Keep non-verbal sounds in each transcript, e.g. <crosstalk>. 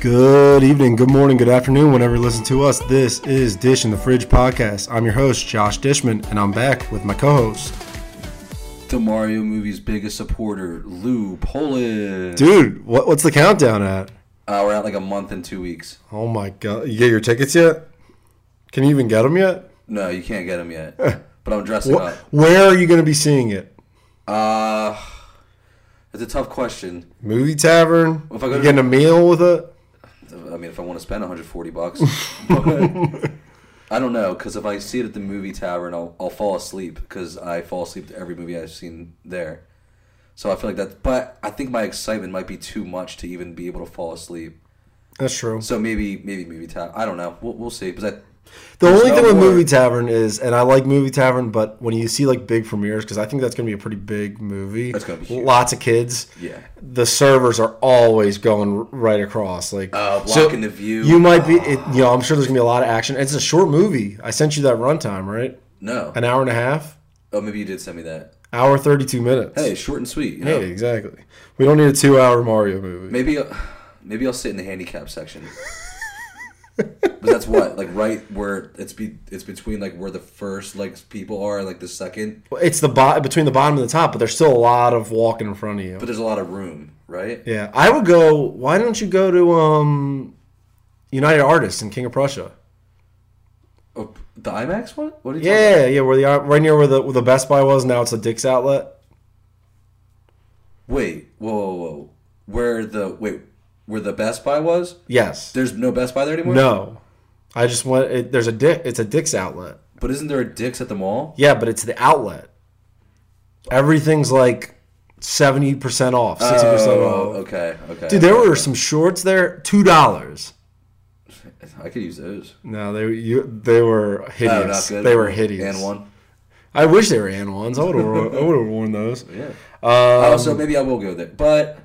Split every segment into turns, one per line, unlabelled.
Good evening, good morning, good afternoon, whenever you listen to us. This is Dish in the Fridge podcast. I'm your host, Josh Dishman, and I'm back with my co host.
The Mario movie's biggest supporter, Lou Poland.
Dude, what, what's the countdown at?
Uh, we're at like a month and two weeks.
Oh my god. You get your tickets yet? Can you even get them yet?
No, you can't get them yet.
<laughs>
But I'm dressing
Wh- Where are you going to be seeing it?
up. Uh, it's a tough question.
Movie tavern?
If I go
you
to-
getting a meal with it?
I mean, if I want to spend
<laughs>
140 bucks, But I don't know. Because if I see it at the movie tavern, I'll, I'll fall asleep because I fall asleep to every movie I've seen there. So I feel like that. But I think my excitement might be too much to even be able to fall asleep.
That's true.
So maybe maybe movie tavern. I don't know. We'll, we'll see. Because I
The
There's
only
no
thing with
more.
Movie Tavern is, and I like Movie Tavern, but when you see like big premieres, because I think that's going to be a pretty big movie.
That's gonna be huge.
Lots of kids.
Yeah.
The servers are always going r- right across, like
Uh, blocking the view.
You might be, it, you know, I'm sure there's gonna be a lot of action. It's a short movie. I sent you that runtime, right?
no.
An hour and a half,
Oh, maybe you did send me that.
hour thirty-two minutes.
Hey, short and sweet. You know?
Hey, exactly. We don't need a two-hour Mario movie.
Maybe, uh, maybe I'll sit in the handicap
<laughs>
section. but that's what, like, right where it's be, it's between like where the first like people are, like the second.
It's the bo- between the bottom and the top, but there's still a lot of walking in front of you.
But there's a lot of room, right?
Yeah, I would go. Why don't you go to um, United Artists in King of Prussia?
Oh, the IMAX one? What are you talking
Yeah, yeah, where the uh, right near where the where the Best Buy was. Now it's a Dick's Outlet.
about? Wait, whoa, whoa, whoa. Where the wait, where the Best Buy was?
Yes.
There's no Best Buy there anymore.
No, I just went. It, there's a Dick. It's a Dick's Outlet.
But isn't there a Dick's at the mall?
Yeah, but it's the outlet. Everything's like seventy percent off, sixty percent
Oh,
off.
okay, okay.
Dude, there were some shorts there, two dollars.
I could use those.
No, they you, they were
Oh,
hideous.
not good.
They were hideous.
And one.
I wish they were and ones. I would have I would have worn those.
Yeah.
Um,
oh, so maybe I will go there. But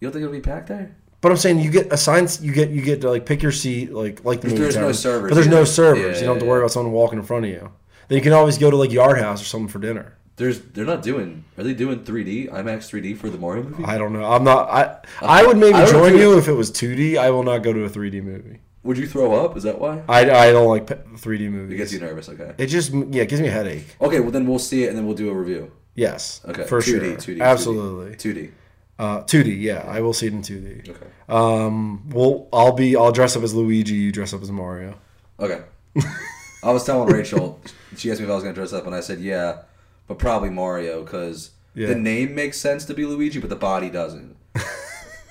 you don't think it'll be packed there?
But I'm saying you get assigned, you get you get to like pick your seat, like like the movie
there's no
tavern.
servers
But there's no
either.
servers.
Yeah,
you don't have to
yeah,
worry
yeah.
about someone walking in front of you. Then you can always go to like Yard House or something for dinner.
There's they're not doing are they doing 3D IMAX 3D for the Mario movie?
I don't know. I'm not. I I would maybe
I would
join
do-
you if it was 2D. I will not go to a 3D movie.
Would you throw up? Is that why?
I, I don't like pe- 3D
It gets
movies.
you nervous. Okay.
It just yeah it gives me a headache.
Okay. Well, then we'll see it and then we'll do a review.
Yes.
Okay.
For
2D,
sure.
2D, 2D,
Absolutely.
2D.
Uh, 2D. Yeah, I will see it in 2D.
Okay.
Um. Well, I'll be. I'll dress up as Luigi. You dress up as Mario.
Okay. I was telling Rachel. She asked me if I was gonna dress up, and I said yeah, but probably Mario because
Yeah.
the name makes sense to be Luigi, but the body doesn't. I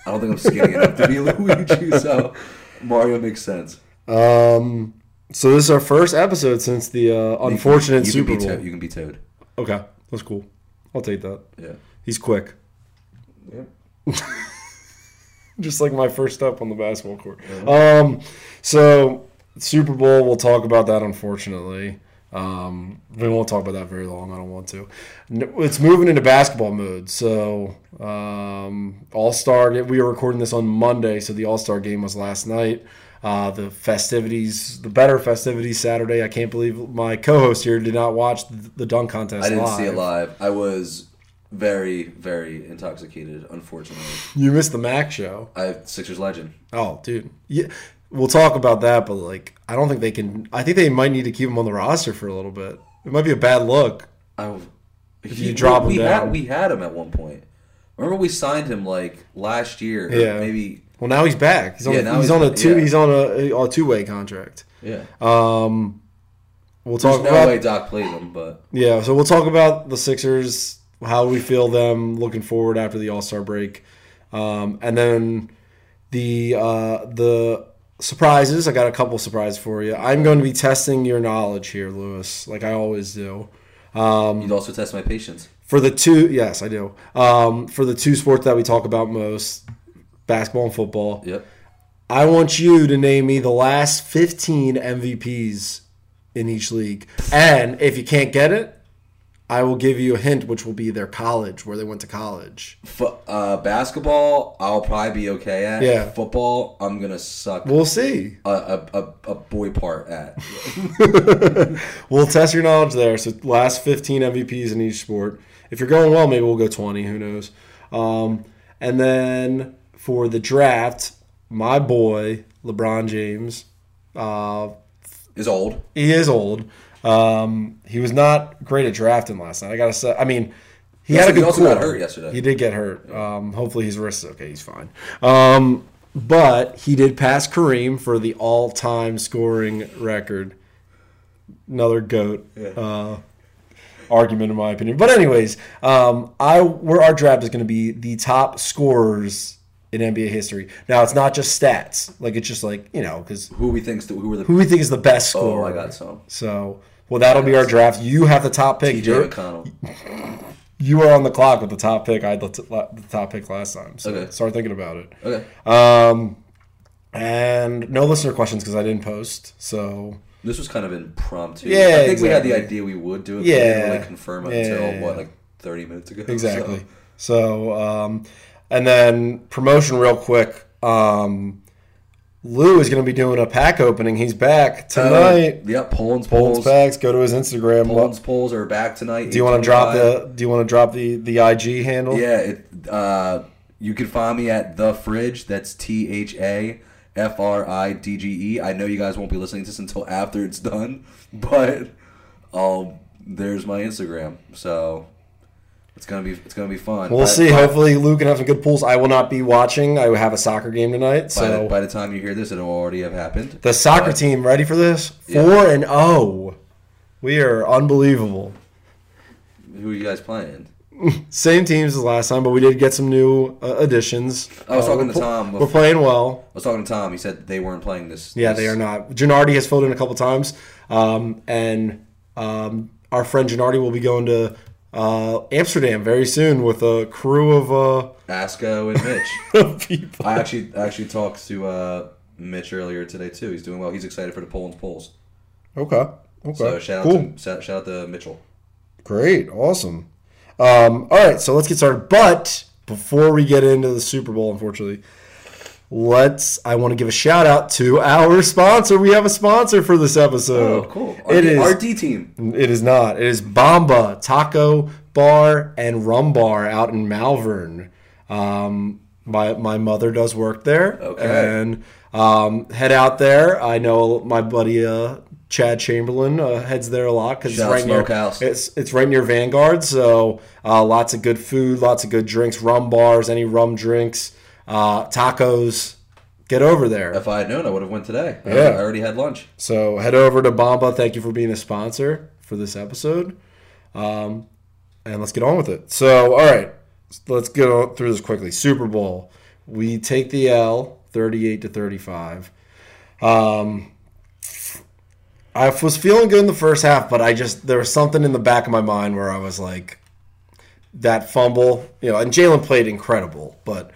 don't think I'm skinny enough to be <laughs> Luigi, so Mario makes sense.
Um. So this is our first episode since the uh, unfortunate
you
Super
can be
Bowl.
Toad. You can be Toad.
Okay, that's cool. I'll take that.
Yeah.
He's quick,
Yeah.
just like my first step on the basketball court. Um, so Super Bowl, we'll talk about that. Unfortunately, um, we won't talk about that very long. I don't want to. N- It's moving into basketball mode. So um, All Star. We were recording this on Monday, so the All Star game was last night. Uh, the festivities, the better festivities Saturday. I can't believe my co-host here did not watch the, the dunk contest.
I didn't see it live. I was very, very intoxicated, unfortunately.
You missed the Mac show.
I Sixers legend.
Oh, dude. Yeah, we'll talk about that, but like, I don't think they can. I think they might need to keep him on the roster for a little bit. It might be a bad look.
I if
you drop him
we
down.
Had, we had him at one point. Remember we signed him like last year. or
Yeah.
Maybe
Well, now he's back. He's on.
Yeah, now
he's,
he's-
on a two.
yeah.
He's on a, a two way contract.
yeah.
Uh, We'll
There's
talk
no
about
way Doc plays him, but
yeah. So we'll talk about the Sixers, how we feel them looking forward after the All Star break, um, and then the uh, the surprises. I got a couple surprises for you. I'm going to be testing your knowledge here, Lewis, like I always do.
you'd also test my patience.
for the two yes i do um, for the two sports that we talk about most basketball and football
Yep.
i want you to name me the last 15 mvps in each league and if you can't get it i will give you a hint which will be their college where they went to college
F- uh, basketball, I'll probably be okay at.
Yeah.
Football, I'm gonna suck
we'll see
a, a, a, a boy part at.
we'll test your knowledge there so last 15 mvps in each sport if you're going well maybe we'll go 20 who knows um, and then for the draft my boy LeBron James. Uh,
Is old.
he is old. Um, he was not great at drafting last night. I gotta say. I mean, he
Yes,
had a
he
good
also got
quarter.
hurt yesterday.
He did get hurt. Um, hopefully his wrist is okay. He's fine. Um, but he did pass Kareem for the all-time scoring record. Another goat. Uh, argument in my opinion. But anyways, um, I where our draft is going to be the top scorers in NBA history. Now it's not just stats. Like it's just like you know because
Who we think's the, who were the
who we think is the best scorer.
Oh, I got some.
So well, that'll be our draft. You have the top pick.
Jay
You're,
McConnell.
you are on the clock with the top pick. I had the, t- la- the top pick last time. So
Okay.
start thinking about it.
Okay.
Um, and no listener questions because I didn't post. So
This was kind of impromptu.
Yeah,
I think we had the
exactly.
idea we would do it, but we didn't
Yeah.
really confirm it
Yeah,
until
yeah, yeah.
what, like thirty minutes ago. <laughs>
Exactly. So,
So,
um, and then promotion real quick. Um, Lou is going to be doing a pack opening. He's back
uh,
tonight.
Yep, Poland's
Holds
polls.
packs. Go to his Instagram.
Poland's polls are back tonight.
do you want to drop the? Do you want to drop the the IG handle?
Yeah, it, uh, you can find me at the fridge. That's T H A F R I D G E. I know you guys won't be listening to this until after it's done, <laughs> but I'll, there's my Instagram. So it's gonna be it's gonna be fun.
We'll
By-
see.
By,
Hopefully, Lou can have some good pulls. I will not be watching. I have a soccer game tonight,
by,
so
the, by the time you hear this, it'll already have happened.
the soccer
But-
team ready for this?
Yeah.
Four and oh, we are unbelievable.
Who are you guys playing?
Same teams as last time, but we did get some new uh, additions.
I was
Uh,
talking
we're
to
pl-
Tom
We're
before-
playing well.
I was talking to Tom. He said they weren't playing this.
Yeah,
this-
they are not. Gennardi has filled in a couple times, um, and um, our friend Gennardi will be going to uh, Amsterdam very soon with a crew of
Asco
<laughs>
and Mitch.
uh, <laughs> people.
I actually I actually talked to uh, Mitch earlier today too. He's doing well. He's excited for the Poland's polls.
Okay. Okay.
So shout
cool.
out to shout, shout out to Mitchell.
Great. Awesome. Um, all right. So let's get started. But before we get into the Super Bowl, unfortunately, let's. I want to give a shout out to our sponsor. We have a sponsor for this episode.
RD,
Oh, It is.
RD team.
It is not. It is Bomba Taco Bar and Rum Bar out in Malvern. Um, my my mother does work there.
Okay.
And um, head out there. I know my buddy uh, Chad Chamberlain uh, heads there a lot because it's
Shout out
right near
Smokehouse.
it's it's right near Vanguard. So uh, lots of good food, lots of good drinks, rum bars, any rum drinks, uh, tacos. Get over there.
If I had known, I would have went today. I-
Yeah.
I already had lunch.
So head over to Bomba. Thank you for being a sponsor for this episode. Um, and let's get on with it. So, all right, let's go through this quickly. Super Bowl. We take the L 38 to 35. Um, I was feeling good in the first half, but I just, there was something in the back of my mind where I was like, that fumble, you know, and Jalen played incredible, but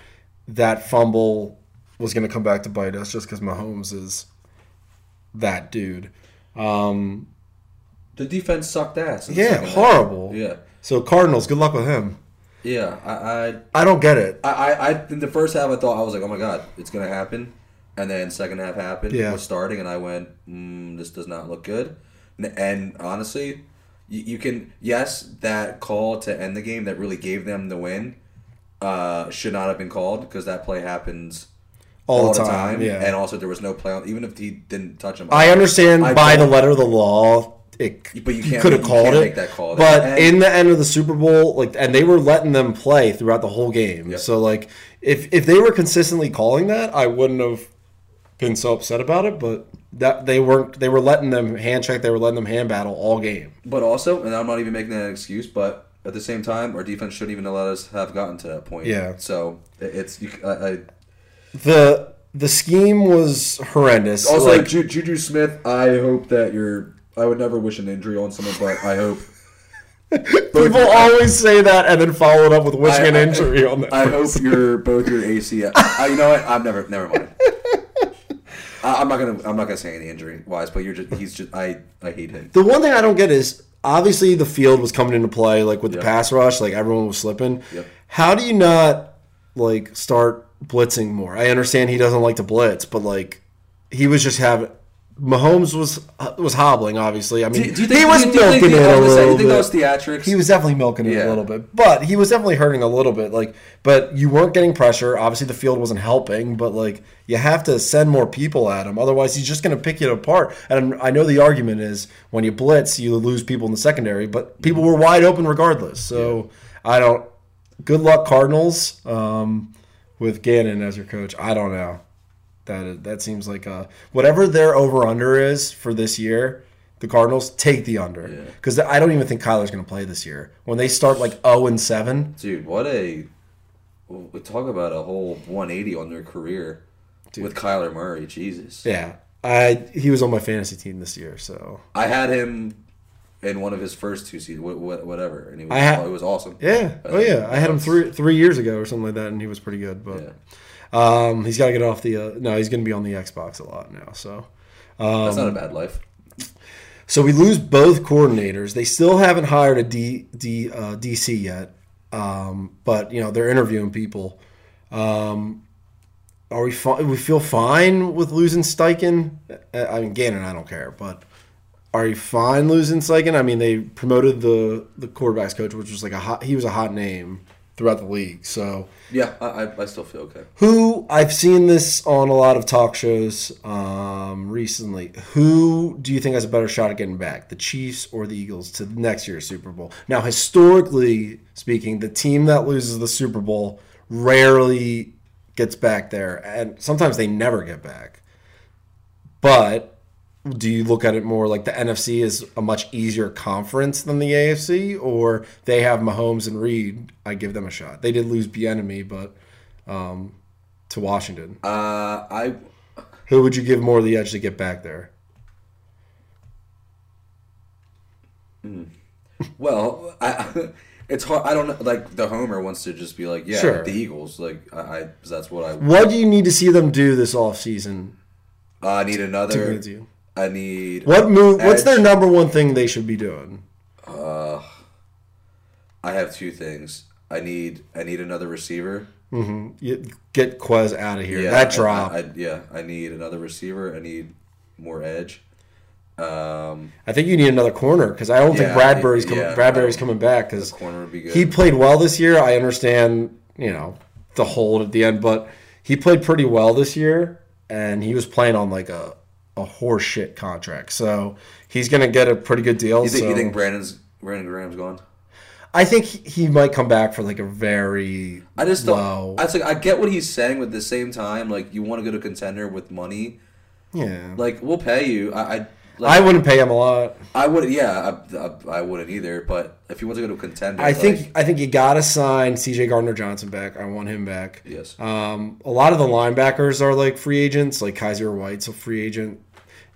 that fumble was going to come back to bite us just because Mahomes is that dude. Um,
The defense sucked ass. in the
Yeah,
second half.
horrible.
Yeah,
So Cardinals, good luck with him.
yeah. I,
I don't get it.
I, I, I, in the first half, I thought I was like, oh my god, it's gonna happen, and then second half happened.
Yeah.
was starting, and I went, mm, this does not look good. And, and honestly, you, you can yes, that call to end the game that really gave them the win uh, should not have been called because that play happens.
All, the time. Yeah.
And also, there was no play on, even if he didn't touch him.
I understand
I
by the
don't-
letter of the law, it,
But you
he
can't
could have
make- you
called
can't
it.
make that call.
But
And-
in the end of the Super Bowl, like, and they were letting them play throughout the whole game. So like, if if they were consistently calling that, I wouldn't have been so upset about it. But that they weren't. They were letting them hand check. They were letting them hand battle all game.
But also, and I'm not even making that an excuse, but at the same time, our defense shouldn't even have let us have gotten to that point.
Yeah.
So it- it's you, c- I, I-
The the scheme was horrendous.
also
Like,
like, Ju- Juju Smith. I hope that you're. I would never wish an injury on someone, but I hope.
People always say that and then follow it up with wishing
I-
an
I-
injury on
<laughs>
that.
I hope you're both your ACL. I, you know what? I'm never. Never mind. I, I'm not gonna. I'm not gonna say any injury wise, but you're just. He's just. I. I hate him.
the one thing I don't get is obviously the field was coming into play, like with the pass rush, like everyone was slipping.
Yep.
How do you not like start blitzing more? I understand he doesn't like to blitz, but like he was just having Mahomes was was hobbling. Obviously, I mean,
Do, do you think
he was
do you
milking
think,
it
I
a
was gonna say,
little
you think
bit.
that was theatrics?
He was definitely milking it a
Yeah.
little bit, but he was definitely hurting a little bit. Like, but you weren't getting pressure. Obviously, the field wasn't helping, but like you have to send more people at him. Otherwise, he's just going to pick it apart. And I know the argument is when you blitz, you lose people in the secondary, but people were wide open regardless. So I don't. Good luck, Cardinals, um, with Gannon as your coach. I don't know. That that seems like a whatever their over under is for this year. The Cardinals take the under because I don't even think Kyler's going to play this year. When they start like zero and seven,
Dude, what a we talk about a whole 180 on their career with Kyler Murray. Jesus,
yeah, I he was on my fantasy team this year, so
I had him in one of his first two seasons, wha- wha- whatever, and he was,
I ha-
it was awesome.
yeah, oh yeah, I had him three three years ago or something like that, and he was pretty good. But
Yeah.
um, he's got to get off the uh, no, he's going to be on the Xbox a lot now. So
That's
Um,
not a bad life.
So we lose both coordinators. They still haven't hired a D, D, uh, DC yet, um, but you know they're interviewing people. Um, are we fi- we feel fine with losing Steichen? Uh, I mean Gannon, I don't care, but are you fine losing Steichen? I mean they promoted the the quarterbacks coach, which was like a hot, he was a hot name throughout the league. So
Yeah, I, I, I still feel okay.
who I've seen this on a lot of talk shows um, recently. Who do you think has a better shot at getting back, the Chiefs or the Eagles, to next year's Super Bowl? Now, historically speaking, the team that loses the Super Bowl rarely gets back there, and sometimes they never get back. But do you look at it more like the NFC is a much easier conference than the AFC, or they have Mahomes and Reed? I give them a shot. They did lose Bienemy, but to Washington.
Uh, I
Who would you give more of the edge to get back there?
well, I. <laughs> It's hard. I don't know. Like the Homer wants to just be like, yeah,
Sure.
the Eagles. Like I, I that's what I.
What do you need to see them do this offseason?
I need another.
convince you?
I need.
What move? What's their
Edge.
number one thing they should be doing?
I have two things. I need. I need another receiver.
You- Get Quez out of here.
Yeah,
that
I-
drop.
I,
I,
I- yeah, I need another receiver. I need more edge. Um,
think you need another corner because I don't think
Yeah,
Bradbury's
I-
coming.
yeah,
Bradbury's
I-
coming back because
Corner would be good.
he played well this year. I understand, you know, the hold at the end, but he played pretty well this year, and he was playing on like a a horseshit contract. So he's gonna get a pretty good deal.
you think you
so-
think Brandon's Brandon Graham's gone?
I think he he might come back for like a very
I just don't.
low.
I was like, I get what he's saying, but at the same time, like you want to go to contender with money.
yeah.
Like we'll pay you. I. I like,
I wouldn't pay him a lot.
I would, yeah, I, I, I wouldn't either. But if you want to go to a contender,
I
like-
think I think you gotta sign C.J. Gardner Johnson back. I want him back.
yes,
Um, a lot of the linebackers are like free agents. Like Kaiser White's a free agent.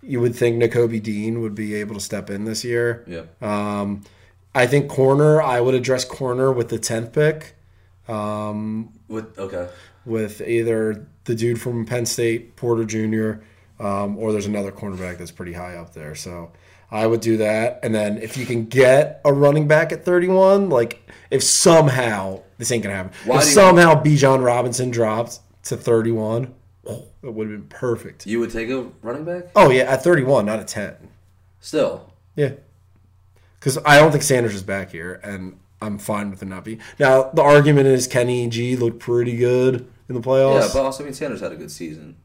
You would think N'Kobe Dean would be able to step in this year.
yeah,
Um, I think corner. I would address corner with the tenth pick.
with okay,
with either the dude from Penn State, Porter Jr., um, or there's another cornerback that's pretty high up there. So I would do that. And then if you can get a running back at 31, like if somehow this ain't gonna happen,
Why
if
do you-
somehow B. John Robinson drops to 31, oh, it would have been perfect.
you would take a running back
Oh yeah, at 31, not at 10.
still.
Yeah. Because I don't think Sanders is back here, and I'm fine with him not being. Now the argument is Kenny E G looked pretty good in the playoffs.
Yeah, but also, I mean, Sanders had a good season.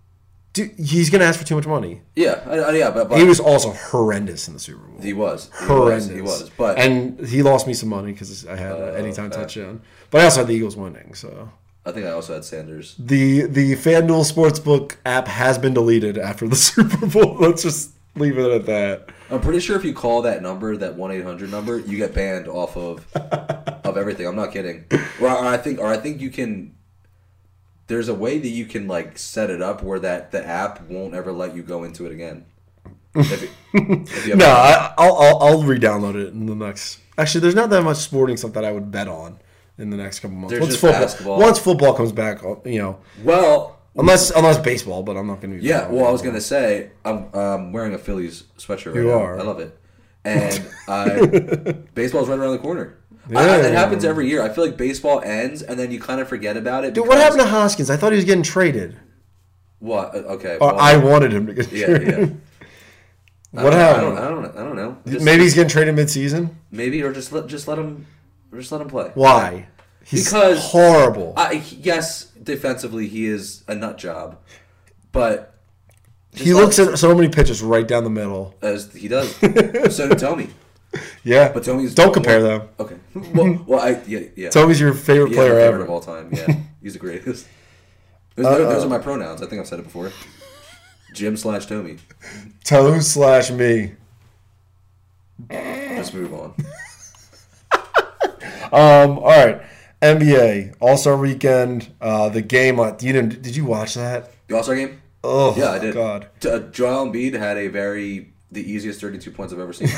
Dude, he's gonna ask for too much money.
Yeah, I, I, yeah, but, but
He was also horrendous in the Super Bowl.
He was. He
horrendous.
Was, he was. But Oh,
and he lost me some money because I had an anytime touchdown. But I also had the Eagles winning. So
I think I also had Sanders.
the the FanDuel Sportsbook app has been deleted after the <laughs> Super Bowl. Let's just leave it at that.
I'm pretty sure if you call that number, that one eight hundred number, you get banned off of
<laughs>
of everything. I'm not kidding. Or I I think, or I think you can. There's a way that you can like set it up where that the app won't ever let you go into it again. If it-
<laughs>
if you have-
No, I, I'll, I'll I'll re-download it in the next. Actually, there's not that much sporting stuff that I would bet on in the next couple months.
There's
Once
just
football,
basketball.
once football comes back, I'll- you know,
Well,
unless unless baseball, but I'm not going to be.
yeah. Well, I was gonna say I'm um, wearing a Phillies sweatshirt. Right
You
now.
are.
I love it. And I,
<laughs>
baseball's right around the corner. I- I- it
Yeah.
happens every year. I feel like baseball ends and then you kind of forget about it.
Dude, what
because-
happened to Hoskins? I thought he was getting traded.
What? Uh, Okay.
Or
well,
I wanted him to get <laughs>
yeah,
traded.
yeah.
What
I,
happened?
I don't. I don't. I don't know. Just-
Maybe he's getting traded midseason.
Maybe or just let just let him just let him play.
Why? He's
Because-
horrible.
I, yes, defensively he is a nut job, but
he looks at so many pitches right down the middle.
as
<laughs>
he does. so did Tommy.
Yeah,
But Tommy's
don't compare them.
Okay. Well, well I yeah yeah.
Tommy's your favorite
Yeah, my
player
favorite
ever.
of all time.
<laughs>
Yeah, he's the greatest. Those, those are my pronouns. I think I've said it before. Jim slash Tommy.
Toe slash me.
Let's move on.
Um, all right. NBA All Star Weekend. Uh, the game. On, you didn't? Did you watch that?
The All Star game.
Oh
Yeah, I did.
God.
T- uh, Joel Embiid had a very the easiest 32 points I've
<laughs>
ever seen.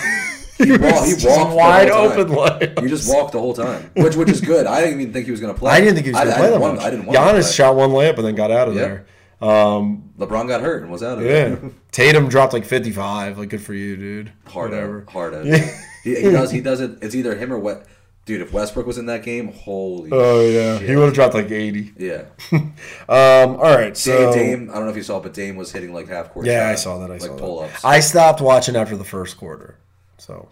He, wa- he walked the whole
wide
time.
open <laughs> layups.
He just walked the whole time, which which is good. I didn't even think he was going to play.
I didn't think he was going to play that
didn't want-
much.
I didn't want him to
Giannis shot one layup and then got out of
Yeah.
there. Um,
play. LeBron got hurt and was out of
yeah.
it.
<laughs> Tatum dropped like 55. Like, good for you, dude.
Hard
Whatever.
out. Hard out. He, he does. He does it. It's either him or what. Dude, if Westbrook was in that game, holy.
Oh yeah,
shit.
he would have dropped like 80.
Yeah.
Um, all right, so
Dame, Dame, I don't know if you saw, but Dame was hitting like half court.
yeah, I
shots,
saw that. I saw
like
that.
pull ups.
I stopped watching after the first quarter, so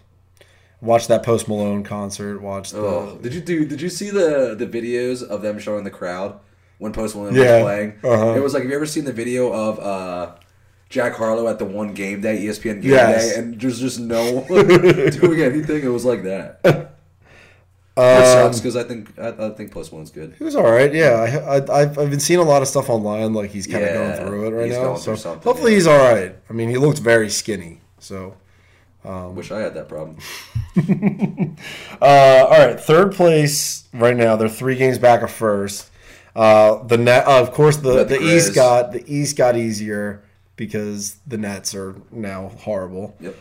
watched that Post Malone concert. Watched the
Oh, did you do? Did you see the the videos of them showing the crowd when Post Malone
Yeah,
was playing?
uh-huh.
It was like, have you ever seen the video of uh, Jack Harlow at the one game day, E ESPN game
Yes.
day, and there's just no
<laughs>
one doing anything? It was like that. Which
Um,
sucks because I think I, I think Post Malone's good.
He was all right. Yeah, I, I, I've I've been seeing a lot of stuff online. Like he's kind of
Yeah,
going through it right
he's
now.
going
So
through something,
hopefully
yeah.
he's all right. I mean, he looked very skinny. So
Wish I had that problem.
uh, all right, third place right now. They're three games back of first. Uh, the net, uh, of course, the,
Got
the
the
East
Grizz.
got the East got easier because the Nets are now horrible.
Yep.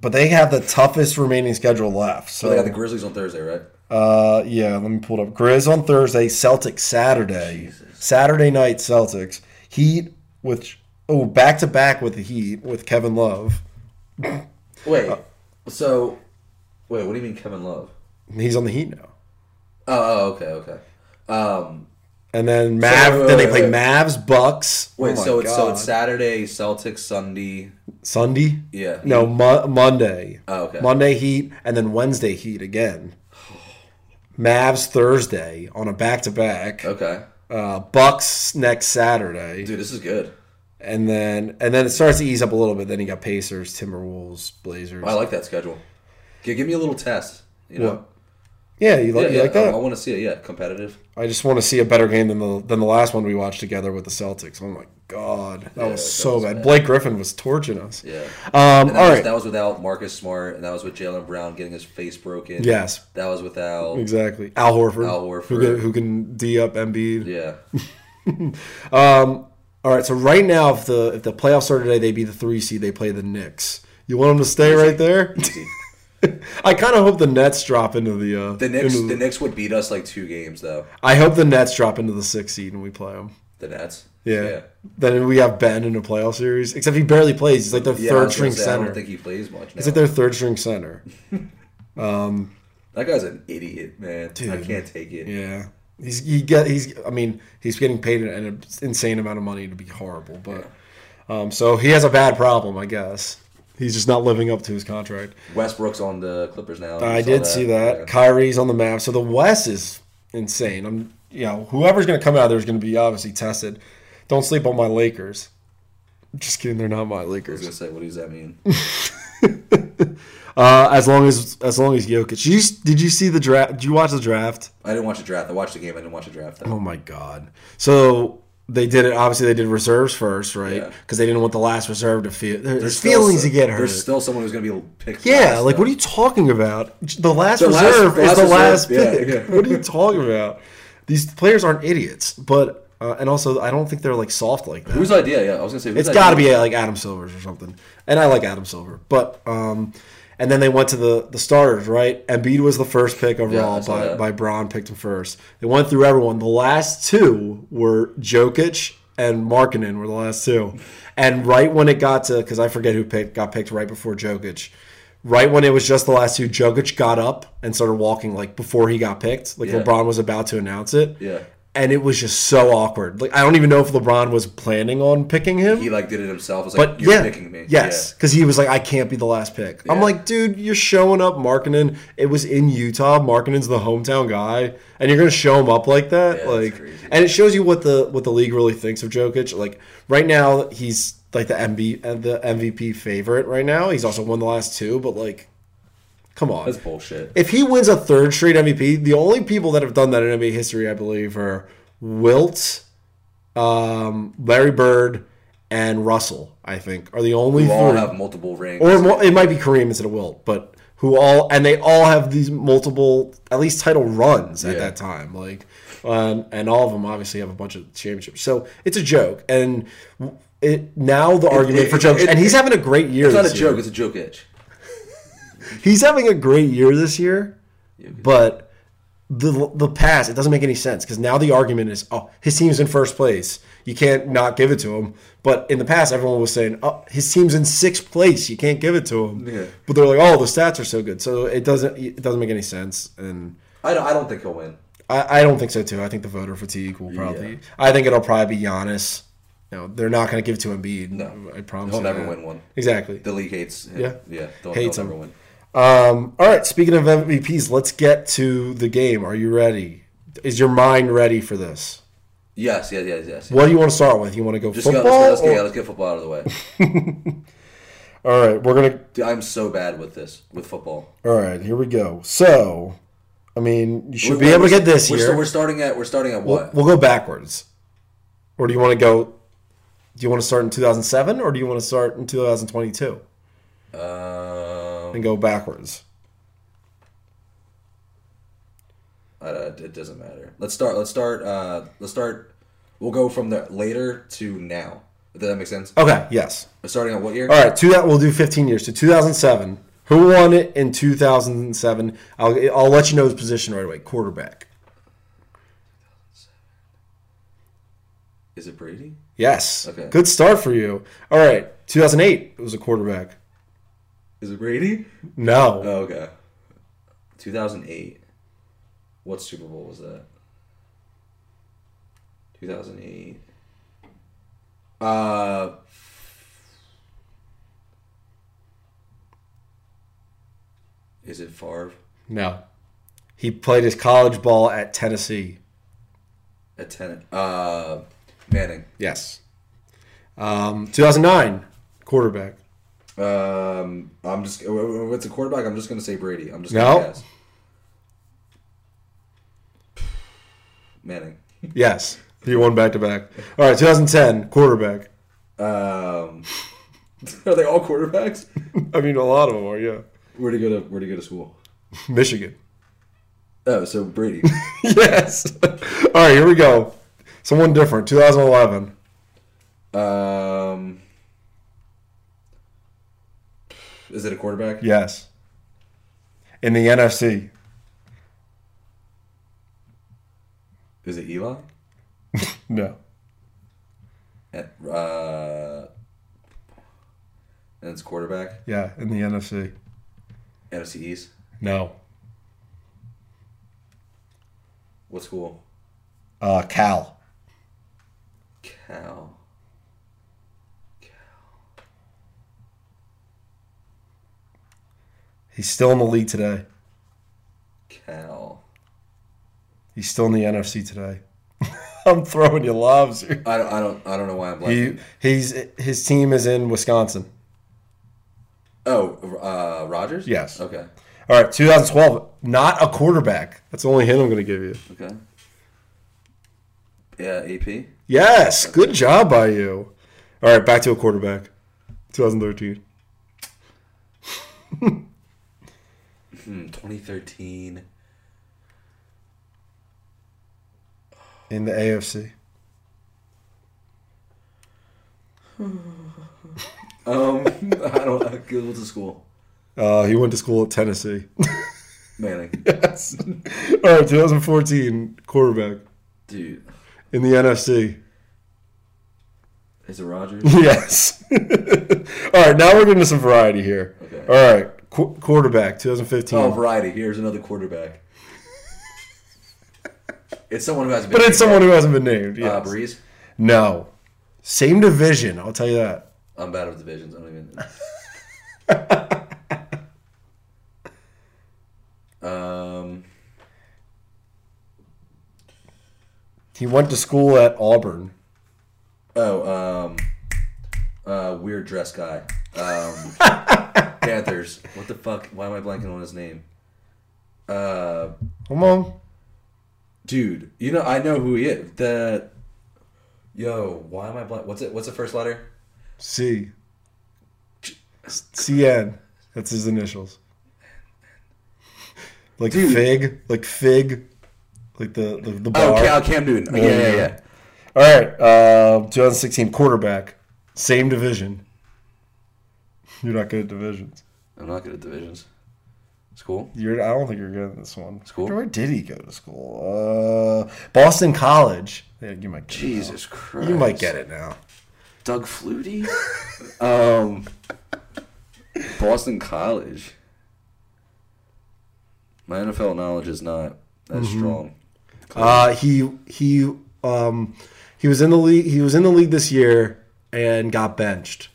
But they have the toughest remaining schedule left. So
They got the Grizzlies on Thursday, right?
Uh, yeah, let me pull it up. Grizz on Thursday, Celtics Saturday, Saturday night Celtics Heat, which oh back to back with the Heat with Kevin Love.
Wait.
uh,
so, wait. What do you mean, Kevin Love?
He's on the Heat now,
Oh, oh, okay, okay. Um,
and then Mav.
wait, wait,
then they
wait,
play
wait.
Mavs Bucks.
wait.
Oh my
so it's so it's
God.
Saturday, Celtics, Sunday.
Sunday.
Yeah.
No, Mo- Monday.
Oh, okay.
Monday Heat, and then Wednesday Heat
<sighs>
again. Mavs Thursday on a back to back.
Okay.
Uh, Bucks next Saturday.
Dude, this is good.
and then and then it starts to ease up a little bit. Then you got Pacers, Timberwolves, Blazers.
I like that schedule. Give, give me a little test. You know,
What? yeah, you like,
Yeah,
you
yeah,
like
I,
that?
want to see it. Yeah, competitive.
I just want to see a better game than the than the last one we watched together with the Celtics. Oh my god, that
Yeah,
was
that
so
was
bad.
bad.
Blake Griffin was torching us.
Yeah.
Um,
And that,
all
was,
right.
that was without Marcus Smart, and that was with Jalen Brown getting his face broken.
Yes,
That was without.
exactly. Al Horford,
Al Horford.
who can, who can d up Embiid. <laughs>
Yeah.
All right, so right now, if the if the playoffs start today, they would be the three seed. They play the Knicks. You want them to stay right there? <laughs>
Easy.
I kind of hope the Nets drop into the uh,
The Knicks.
into
The Knicks would beat us like two games though.
I hope the Nets drop into the sixth seed and we play them.
The Nets.
Yeah.
Yeah.
Then we have Ben in a playoff series, except he barely plays. He's like their
Yeah, I
third
was gonna
string
say, I
center.
don't think he plays much. Now.
He's like their third string center.
that guy's an idiot, man. I can't take it.
Yeah. He's he get he's I mean he's getting paid an, an insane amount of money to be horrible, but um, so he has a bad problem, I guess. He's just not living up to his contract.
Westbrook's on the Clippers now.
I
You saw
did see that. Kyrie's on the map, so the West is insane. I'm you know whoever's going to come out of there is going to be obviously tested. Don't sleep on my Lakers. Just kidding, they're not my
I was
Lakers.
gonna say, what does that mean?
Uh, as long as as long as Jokic. Did you, did you see the draft? Did you watch the draft?
I didn't watch the draft. I watched the game. I didn't watch the draft. Though.
Oh my god! So they did it. Obviously, they did reserves first, right?
Yeah.
Because they didn't want the last reserve to feel there's,
still
feelings
so-
to get hurt.
There's still someone who's going to be picked.
yeah,
last,
like
though.
what are you talking about? The last
The last-
reserve
the
is
last
the
reserve,
last
yeah,
pick.
yeah.
What are you talking about? These players aren't idiots, but uh, and also I don't think they're like soft like that.
Whose idea? Yeah, I was going to say.
It's got to be uh, like Adam Silver's or something. And I like Adam Silver, but um, and then they went to the the starters, right? Embiid was the first pick overall
saw
by
that.
by Braun picked him first. They went through everyone. The last two were Jokic and Markkinen were the last two. And right when it got to because I forget who picked got picked right before Jokic. Right when it was just the last two, Jokic got up and started walking like before he got picked. Like
Yeah.
LeBron was about to announce it.
Yeah.
and it was just so awkward. Like I don't even know if LeBron was planning on picking him.
He like did it himself. It's like
but
you're
yeah,
picking me.
yes, because he was like, I can't be the last pick. I'm
Yeah.
like, dude, you're showing up, Markkinen. It was in Utah. Markkinen's the hometown guy, and you're gonna show him up like that,
Yeah, that's
like,
crazy.
and it shows you what the what the league really thinks of Jokic. Like right now, he's like the MB uh, the MVP favorite right now. He's also won the last two, but like, come on,
Yeah. That's bullshit.
if he wins a third straight MVP, the only people that have done that in NBA history, I believe, are Wilt, um, Larry Bird, and Russell. I think are the only
We all
three,
have multiple rings.
or mo- it might be Kareem instead of Wilt, but who all and they all have these multiple at least title runs at
Yeah.
that time, like, um, and all of them obviously have a bunch of championships. So it's a joke, and it now the argument
it-
for jokes,
it-
and he's having a great year.
it's not a
this year.
joke. It's a joke itch.
He's having a great year this year, but the the pass it doesn't make any sense because now the argument is oh his team's in first place you can't not give it to him but in the past everyone was saying oh his team's in sixth place you can't give it to him
Yeah.
but they're like oh the stats are so good so it doesn't it doesn't make any sense and
I don't. I don't think he'll win.
I, I don't think so too I think the voter fatigue will probably
Yeah.
I think it'll probably be Giannis you know they're not going to give it to Embiid
No.
I promise
He'll
you
never
that.
win one.
exactly
The league hates. Him.
Yeah.
Yeah. Don't,
Hates
they'll never
him.
win.
Um, all right. Speaking of MVPs, let's get to the game. Are you ready? Is your mind ready for this?
Yes. Yes. Yes. Yes.
What do you want to start with? You want to go
Just go,
football?
let's, go- let's, get,
or-
yeah, let's get football out of the way.
All right, we're gonna.
Dude, I'm so bad with this with football.
All right, here we go. So, I mean, you should
We're-
be able to
we're-
get this
we're
year.
st- we're starting at. We're starting at what?
we'll go backwards. Or do you want to go? Do you want to start in 2007 or do you want to start in 2022
Um,
and go backwards?
uh, it doesn't matter. Let's start. Let's start. Uh, let's start. We'll go from the later to now. Does that make sense?
Okay. Yes.
Starting at what year?
All right, two that we'll do 15 years. So 2007. Who won it in 2007? I'll I'll let you know his position right away. Quarterback.
Is it Brady?
Yes.
Okay.
Good start for you. All right, 2008. It was a quarterback.
Is it Brady?
No.
Oh, okay. 2008. What Super Bowl was that? 2008. Uh. Is it Favre
No. He played his college ball at Tennessee.
at ten? Uh, Manning.
Yes. Um, 2009. Quarterback.
Um, I'm just w- w- what's a quarterback? I'm just gonna say Brady. I'm just
No.
gonna guess. Manning.
Yes. He won back to back. All right, 2010. Quarterback. <laughs>
Um, <laughs> are they all quarterbacks?
I mean, a lot of them are. Yeah. <laughs>
Where do you go to Where do you go to school?
Michigan. <laughs>
Oh, so Brady.
yes. <laughs> All right, here we go. Someone different. 2011.
um, is it a quarterback?
Yes. In the NFC.
Is it Eli?
No.
At, uh, and it's quarterback.
Yeah, in the NFC.
NFC East.
No.
What school?
Uh, Cal.
Cal.
He's still in the league today.
Cal.
He's still in the NFC today. <laughs> I'm throwing you lobs here.
I don't. I don't. I don't know why I'm blanking.
He he's his team is in Wisconsin.
Oh, uh, Rogers.
Yes.
Okay.
All right, 2012. Not a quarterback. That's the only hint I'm going to give you.
Okay. Yeah, AP.
Yes, good job by you. All right, back to a quarterback. 2013.
Hmm, 2013.
in the AFC.
Um, <laughs> I don't. I go to school.
Uh, he went to school at Tennessee. <laughs>
Manning.
yes. All right, 2014 quarterback
Dude,
in the NFC.
is it Rogers?
<laughs> Hmm. Yes. All right, now we're getting to some variety here.
Okay.
All right, qu- quarterback 2015.
Oh, variety. Here's another quarterback. It's someone who hasn't been.
But it's
named
someone who hasn't been named.
yet.
Yes.
Uh, Breeze.
No. Same division, I'll tell you that.
I'm bad with divisions. I don't even.
<laughs>
um,
He went to school at Auburn.
oh, um, uh, weird dress guy. Um, <laughs> Panthers. What the fuck? Why am I blanking on his name? Uh,
Come on.
dude. You know, I know who he is. The. Yo, why am I blank? What's it? What's the first letter?
C. CN. That's his initials. Like fig, like fig, like the the, the bar.
Oh, Cal Cam Newton. Yeah, yeah, yeah.
All right, uh, 2016 quarterback, same division. You're not good at divisions.
I'm not good at divisions. School.
You're. I don't think you're good at this one.
School?
Where did he go to school? Uh, Boston College. Yeah, you might. Get it now.
Jesus Christ.
You might get it now.
Doug Flutie? um, Boston College. My NFL knowledge is not that
Mm-hmm.
strong.
Uh, he he um, he was in the league. He was in the league this year and got benched.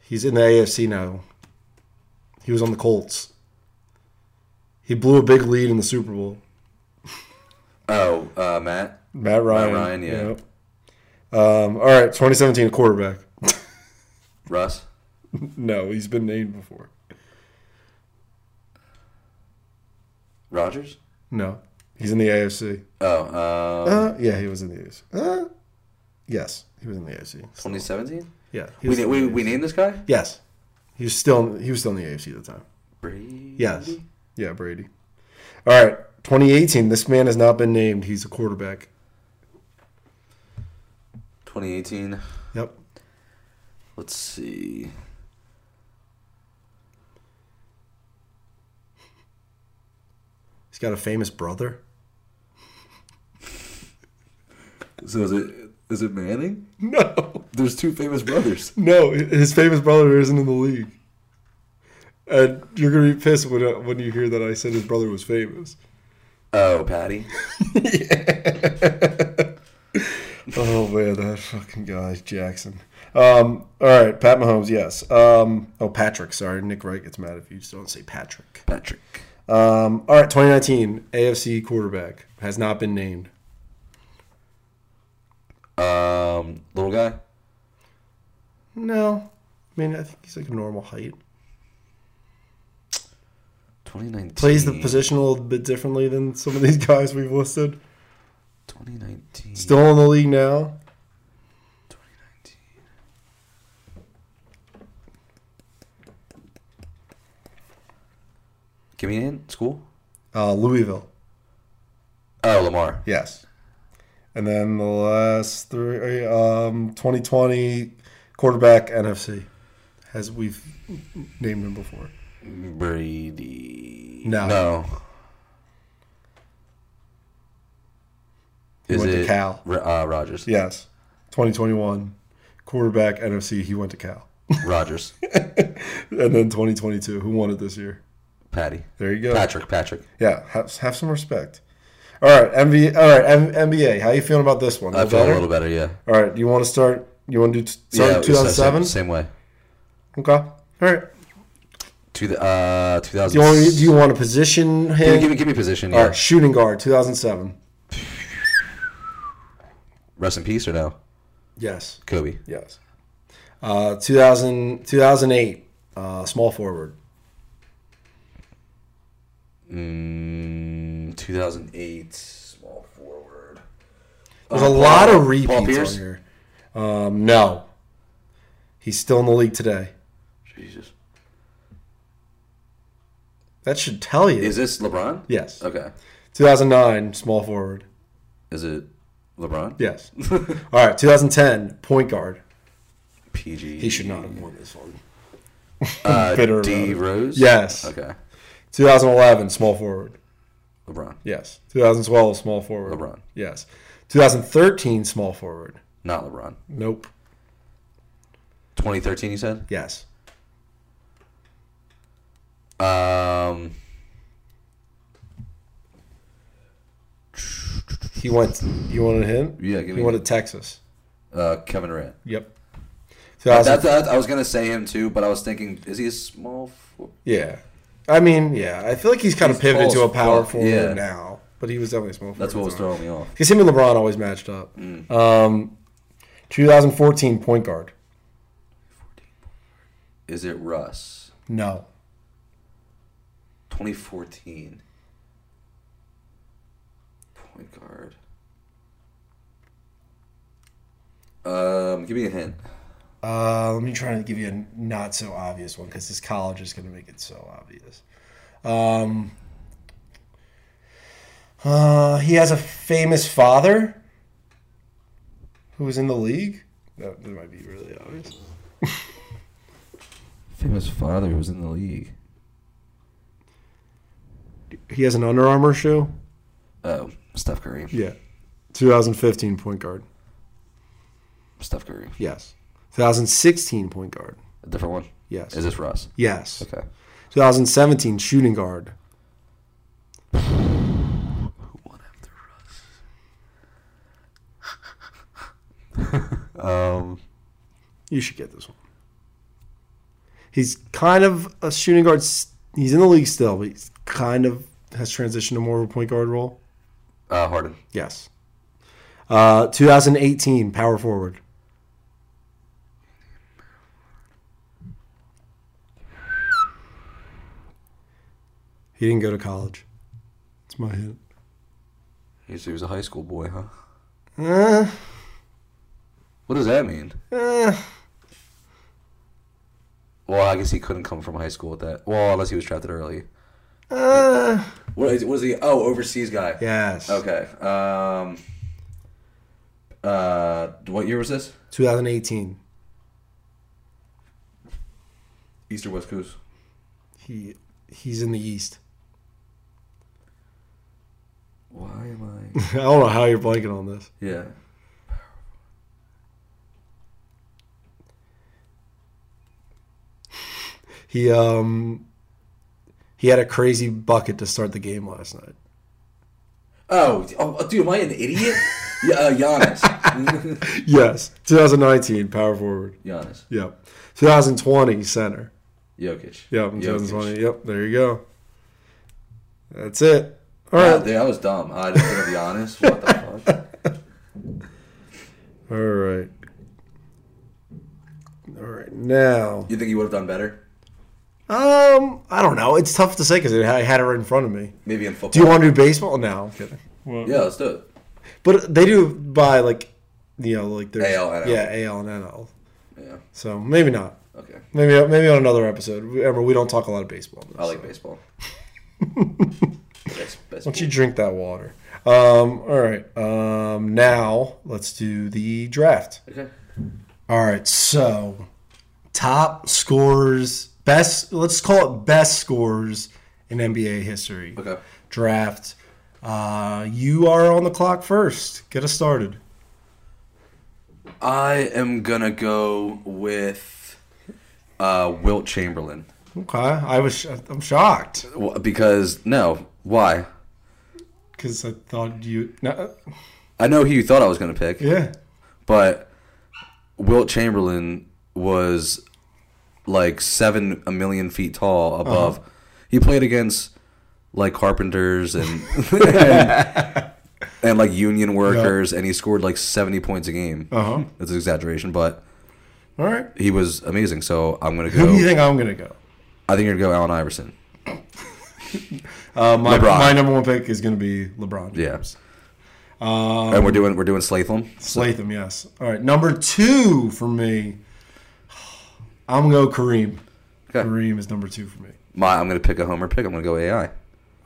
He's in the AFC now. He was on the Colts. He blew a big lead in the Super Bowl.
Oh, uh, Matt.
Matt Ryan.
Ryan, yeah.
yep. Um, all right, 2017 quarterback.
Russ.
no, he's been named before.
Rogers?
No, he's in the AFC.
Oh, um,
Uh, yeah, he was in the AFC. Uh, yes, he was in the AFC.
2017?
Yeah, he
We,
was
na-
in
we,
the
we
AFC.
named this guy?
Yes, he was still he was still in the AFC at the time.
Brady?
Yes, yeah, Brady. All right, 2018. This man has not been named. He's a quarterback.
2018.
Yep.
Let's see.
He's got a famous brother. <laughs>
So is it is it Manning?
No,
There's two
<laughs>
famous brothers.
no, his famous brother isn't in the league. And you're gonna be pissed when uh, when you hear that I said his brother was famous.
Oh, Patty.
Oh man, that fucking guy Jackson. Um, all right, Pat Mahomes. Yes. Um, oh, Patrick. Sorry, Nick Wright gets mad if you don't say Patrick.
Patrick.
Um, all right, 2019 AFC quarterback has not been named.
Um, little guy?
No, I mean I think he's like a normal height.
2019.
Plays the position a little bit differently than some of these <laughs> guys we've listed.
2019.
Still in the league now.
2019. Give me in school.
Uh, Louisville.
Oh, Lamar.
Yes. And then the last three, um, 2020 quarterback NFC, has we've named him before.
Brady.
No.
No.
He
Is
went to
it
Cal.
Ro- Uh, Rogers?
Yes, 2021 quarterback NFC. He went to Cal, <laughs>
Rogers.
and then 2022. Who won it this year?
Patty.
There you go.
Patrick. Patrick.
Yeah, have, have some respect. All right, MV, all right, M- NBA. How you feeling about this one?
I
Feel
feel
better?
a little better. Yeah.
All right, you want to start? You want to do t-
yeah.
start
it's the
two thousand seven?
Same, same way.
Okay. All right.
Two, uh,
Do
2000.
you want? Do you want to position
give, me,
him?
give me give me position? Yeah.
all right, shooting guard, two thousand seven.
Rest in peace or no?
Yes.
Kobe.
Yes. Uh, 2000, 2008, uh, small forward.
Mm, 2008 small forward.
There's
Uh,
a lot
Paul-
of repeats
Paul
on
Pierce?
here. Um, no, he's still in the league today.
Jesus.
That should tell you.
Is this LeBron?
yes.
Okay.
2009, small forward.
Is it LeBron?
Yes. <laughs> All right, 2010, point guard.
PG.
He should not have won this one.
Uh,
Bitter about
D
it.
Rose.
Yes.
Okay.
2011, small forward.
LeBron.
Yes. 2012, small forward.
LeBron.
Yes. 2013, small forward.
Not LeBron.
Nope.
2013. You said.
Yes.
Um.
He went. You wanted him?
Yeah, give
He
me-
went to Texas.
Uh, Kevin Durant.
Yep. So I was
That's, that's, I was gonna say him too, but I was thinking, is he a small? For-
yeah. I mean, yeah. I feel like he's kind
He's
of pivoted to
tall
a
as
power
fuck,
forward
yeah.
now, but he was definitely a small forward.
that's what was throwing Mm. me off.
Because him and LeBron always matched up. Um, 2014 point guard.
Is it Russ?
No.
2014. Point guard. Um, give me a hint.
Uh, let me try to give you a not so obvious one because this college is going to make it so obvious. Um, uh, he has a famous father who was in the league. That, that might be really obvious.
Famous father was in the league.
He has an Under Armour shoe.
Oh, Steph Curry.
Yeah, 2015 point guard.
Steph Curry.
Yes. 2016 point guard.
A different one.
Yes.
Is this Russ?
Yes.
Okay.
2017 shooting guard.
Who won after Russ? um,
You should get this one. He's kind of a shooting guard. s- He's in the league still, but he's kind of has transitioned to more of a point guard role.
uh, Harden.
Yes. Uh, 2018 power forward. He didn't go to college. It's my hint.
He's- He was a high school boy, huh?
Uh,
What does that mean?
uh,
Well, I guess he couldn't come from high school with that. Well, unless he was drafted early.
uh.
What is, was he? Oh, overseas guy.
Yes.
Okay. Um. Uh, what year was this?
2018.
East or West Coast?
He he's in the East.
Why am I?
<laughs> I don't know how you're blanking on this.
<laughs> yeah.
He um he had a crazy bucket to start the game last night.
Oh, oh, dude, am I an idiot? yeah, uh, Giannis. <laughs>
Yes, 2019 power forward.
Giannis.
Yep. 2020 center.
Jokic.
Yep.
Jokic.
2020. Yep. There you go. That's it. All
Wow,
right.
dude, I was dumb. I didn't think of Giannis. What the fuck?
All right. All right. Now,
You think you would have done better?
um, I don't know. It's tough to say because I had it right in front of me.
Maybe in football.
Do you want to do baseball? No, I'm kidding.
yeah, let's do it.
But they do by like, you know, like there's
AL, NL.
yeah, AL and NL.
Yeah.
So maybe not.
Okay.
Maybe maybe on another episode. Remember, we don't talk a lot of baseball.
I like
so. <laughs>
baseball. Best- best
Why don't you drink that water? Um, all right. Um, now let's do the draft.
ball. Okay.
All right. So top scorers, best. Let's call it best scores in NBA history.
Okay.
Draft. Uh, you are on the clock first. Get us started.
I am gonna go with uh, Wilt Chamberlain
Okay. I was. I'm shocked
Wh- because no, why?
because I thought you. No,
I know who you thought I was gonna pick,
yeah.
but Wilt Chamberlain was like seven a million feet tall above. He played against like carpenters and and, <laughs> and, like union workers, and he scored like seventy points a game.
Uh huh.
That's an exaggeration, but
All right.
he was amazing. So I'm gonna
Who do you
go.
think I'm gonna go?
I think you're gonna go Allen Iverson.
Uh, my,
LeBron.
my number one pick is going to be LeBron
Yeah.
James. Um,
and we're doing we're doing Slatham.
Slatham, yes. All right, number two for me. <sighs> I'm going to go Kareem.
Okay.
Kareem is number two for me.
My, I'm gonna pick a homer pick. I'm gonna go AI.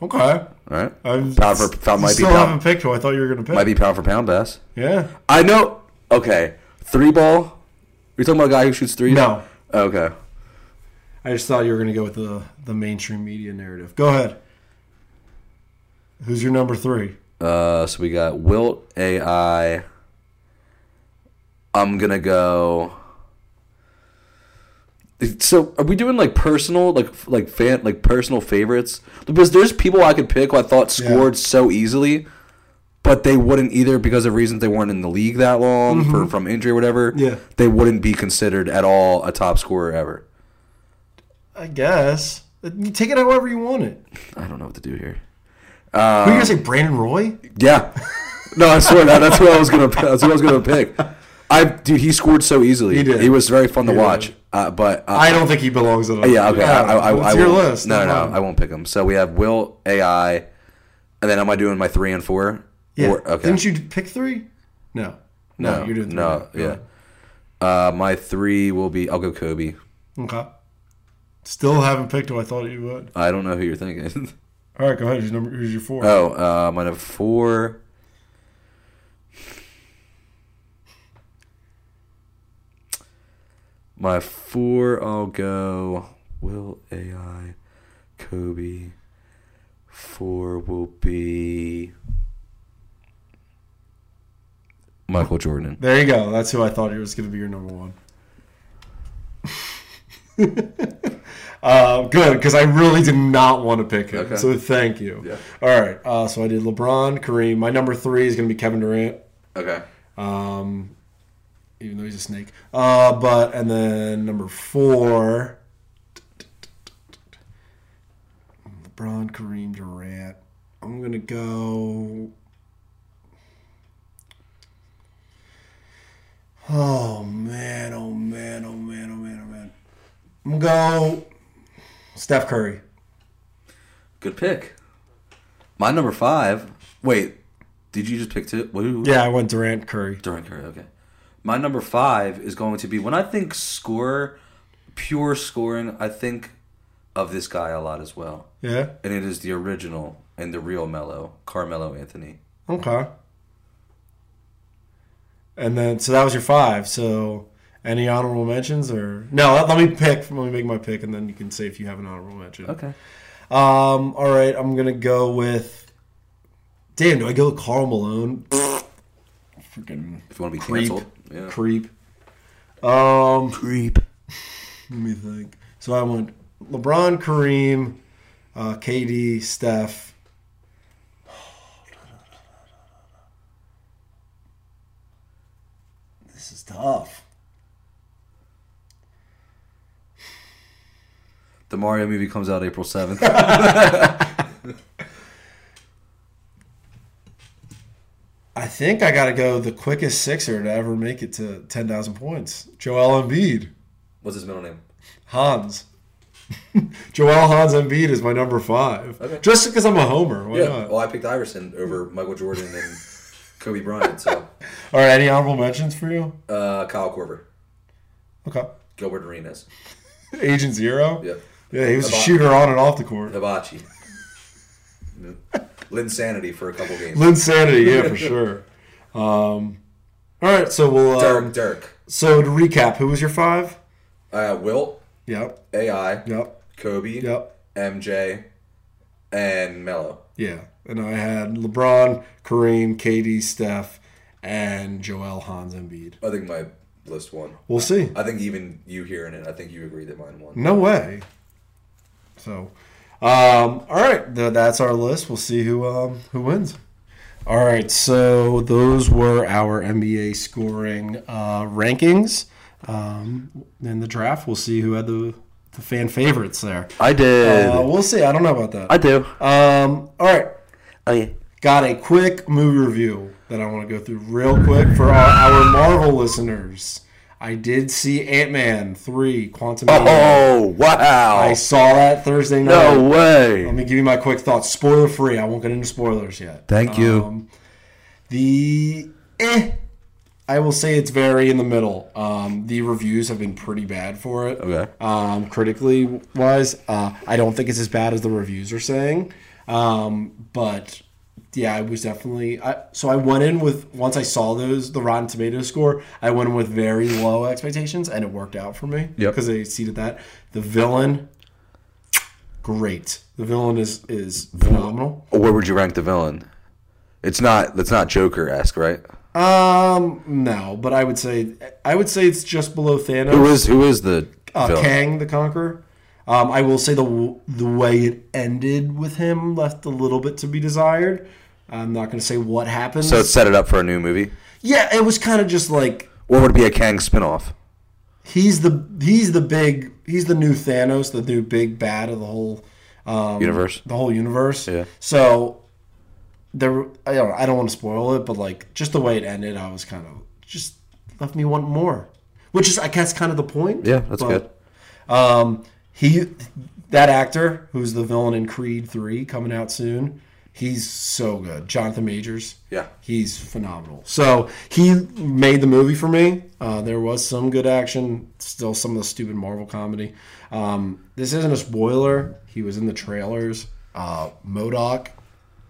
All
Okay.
right.
I'm,
Pound for- pound
you
might be
still
pound.
haven't picked who I thought you were going to pick.
Might be pound for pound best.
Yeah.
I know. Okay. Three ball. You're talking about a guy who shoots three. Oh,
No.
Okay.
I just thought you were going to go with the, the mainstream media narrative. Go ahead. Who's your number three?
Uh, so we got Wilt AI. I'm gonna go. So are we doing like personal, like like fan, like personal favorites? Because there's people I could pick who I thought scored so easily, but they wouldn't either because of reasons they weren't in the league that long for, from injury or whatever.
Mm-hmm. Yeah.
They wouldn't be considered at all a top scorer ever.
I guess. You take it however you want it.
I don't know what to do here. Uh,
Who are you gonna say, Brandon Roy?
Yeah. <laughs> No, I swear that that's what I was gonna that's what I was gonna pick. I dude, he scored so easily.
He did.
He was very fun to
He did.
watch. Uh, but uh,
I don't think he belongs at all.
yeah, okay. I, I, I,
it's
I
your
won't-
list. not
No, no,
mine.
I won't pick him. So we have Will AI, and then am I doing my three and four?
yeah.
Or- okay.
Didn't you pick three? No. No, you're doing three.
No, yeah. Uh, my three will be. I'll go Kobe.
Okay. Still haven't picked who I thought you would.
I don't know who you're thinking. <laughs>
All right, go ahead. Who's number? Who's your four?
oh, uh, my number four. My four, I'll go Will AI, Kobe. Four will be Michael Jordan.
there you go. That's who I thought it was going to be your number one. <laughs> uh, good, because I really did not want to pick him.
Okay.
So thank you.
Yeah.
All right. Uh, so I did LeBron, Kareem. My number three is going to be Kevin Durant.
Okay.
Um, even though he's a snake. Uh, but and then number four, LeBron, Kareem, Durant. I'm gonna go. Oh man! Oh man! Oh man! Oh man! Oh man! I'm gonna go. Steph Curry.
Good pick. My number five. Wait, did you just pick two? Woo.
Yeah, I went Durant, Curry.
Durant Curry, okay. My number five is going to be when I think scorer, pure scoring, I think of this guy a lot as well.
Yeah.
And it is the original and the real Mello, Carmelo Anthony.
Okay. And then, so that was your five. So, any honorable mentions or no? Let, let me pick. Let me make my pick, and then you can say if you have an honorable mention.
Okay.
Um. All right. I'm gonna go with. Damn. Do I go with Carl Malone? Freaking
If you want to be
Creep.
canceled. Yeah.
creep. Um.
Creep.
<sighs> Let me think. So I went LeBron, Kareem, uh, KD, Steph. <sighs> This is tough.
The Mario movie comes out
<laughs>
April 7th.
I think I got to go the quickest sixer to ever make it to 10,000 points. Joel Embiid.
What's his middle name?
Hans. <laughs> Joel Hans Embiid is my number five.
Okay.
Just because I'm a homer. Why
Yeah.
not?
Well, I picked Iverson over Michael Jordan and Kobe Bryant. So,
All right, any honorable mentions for you?
uh, Kyle Korver,
Okay.
Gilbert Arenas.
<laughs> Agent Zero?
Yeah.
Yeah, he was a
About-
shooter on and off the court. <laughs>
Hibachi. Lynn Sanity for a couple games.
Lynn Sanity, yeah,
<laughs>
for sure. Um, all right, so we'll. Um,
Dirk, Dirk.
so to recap, who was your five?
Uh, Wilt,
Yep,
AI,
yep,
Kobe,
yep,
MJ, and Melo.
yeah. And I had LeBron, Kareem, KD, Steph, and Joel Hans Embiid.
I think my list won.
We'll see.
I think even you hearing it, I think you agree that mine won.
No way. So, um, all right, th- that's our list. We'll see who um, who wins. All right, so those were our NBA scoring uh, rankings. Um, in the draft, we'll see who had the, the fan favorites there.
I did.
Uh, we'll see. I don't know about that.
do.
Um, all right,
Oh, yeah.
got a quick movie review that I want to go through real quick for our, our Marvel listeners. I did see Ant Man three Quantum.
Oh, wow.
I saw that Thursday night. Let
way.
me give you my quick thoughts. Spoiler free. I won't get into spoilers yet.
Thank you.
Um, the eh, I will say it's very in the middle. Um, the reviews have been pretty bad for it.
Okay.
Um, critically wise, uh, I don't think it's as bad as the reviews are saying. Um, but yeah, I was definitely. I, so I went in with once I saw those the Rotten Tomatoes score. I went in with very low expectations, and it worked out for me
Yep.
because they exceeded that. The villain, great. The villain is is phenomenal.
Where would you rank the villain? It's not. That's not Joker esque, right?
Um, no, but I would say I would say it's just below Thanos.
Who is who is the
uh,
villain?
Kang the Conqueror. Um, I will say the the way it ended with him left a little bit to be desired, I'm not going to say what happens.
So it set it up for a new movie,
yeah, it was kind of just like
or would it be a Kang spinoff?
he's the he's the big he's the new Thanos, the new big bad of the whole um,
Universe.
the whole universe.
Yeah.
So there, I don't I don't want to spoil it, but like just the way it ended, I was kind of just left me wanting more, which is I guess kind of the point.
Yeah, that's
But, Um, he that actor who's the villain in Creed Three coming out soon. He's so good, Jonathan Majors.
Yeah.
he's phenomenal. So he made the movie for me. Uh, there was some good action, still some of the stupid Marvel comedy. Um, this isn't a spoiler. He was in the trailers. Uh, Modoc.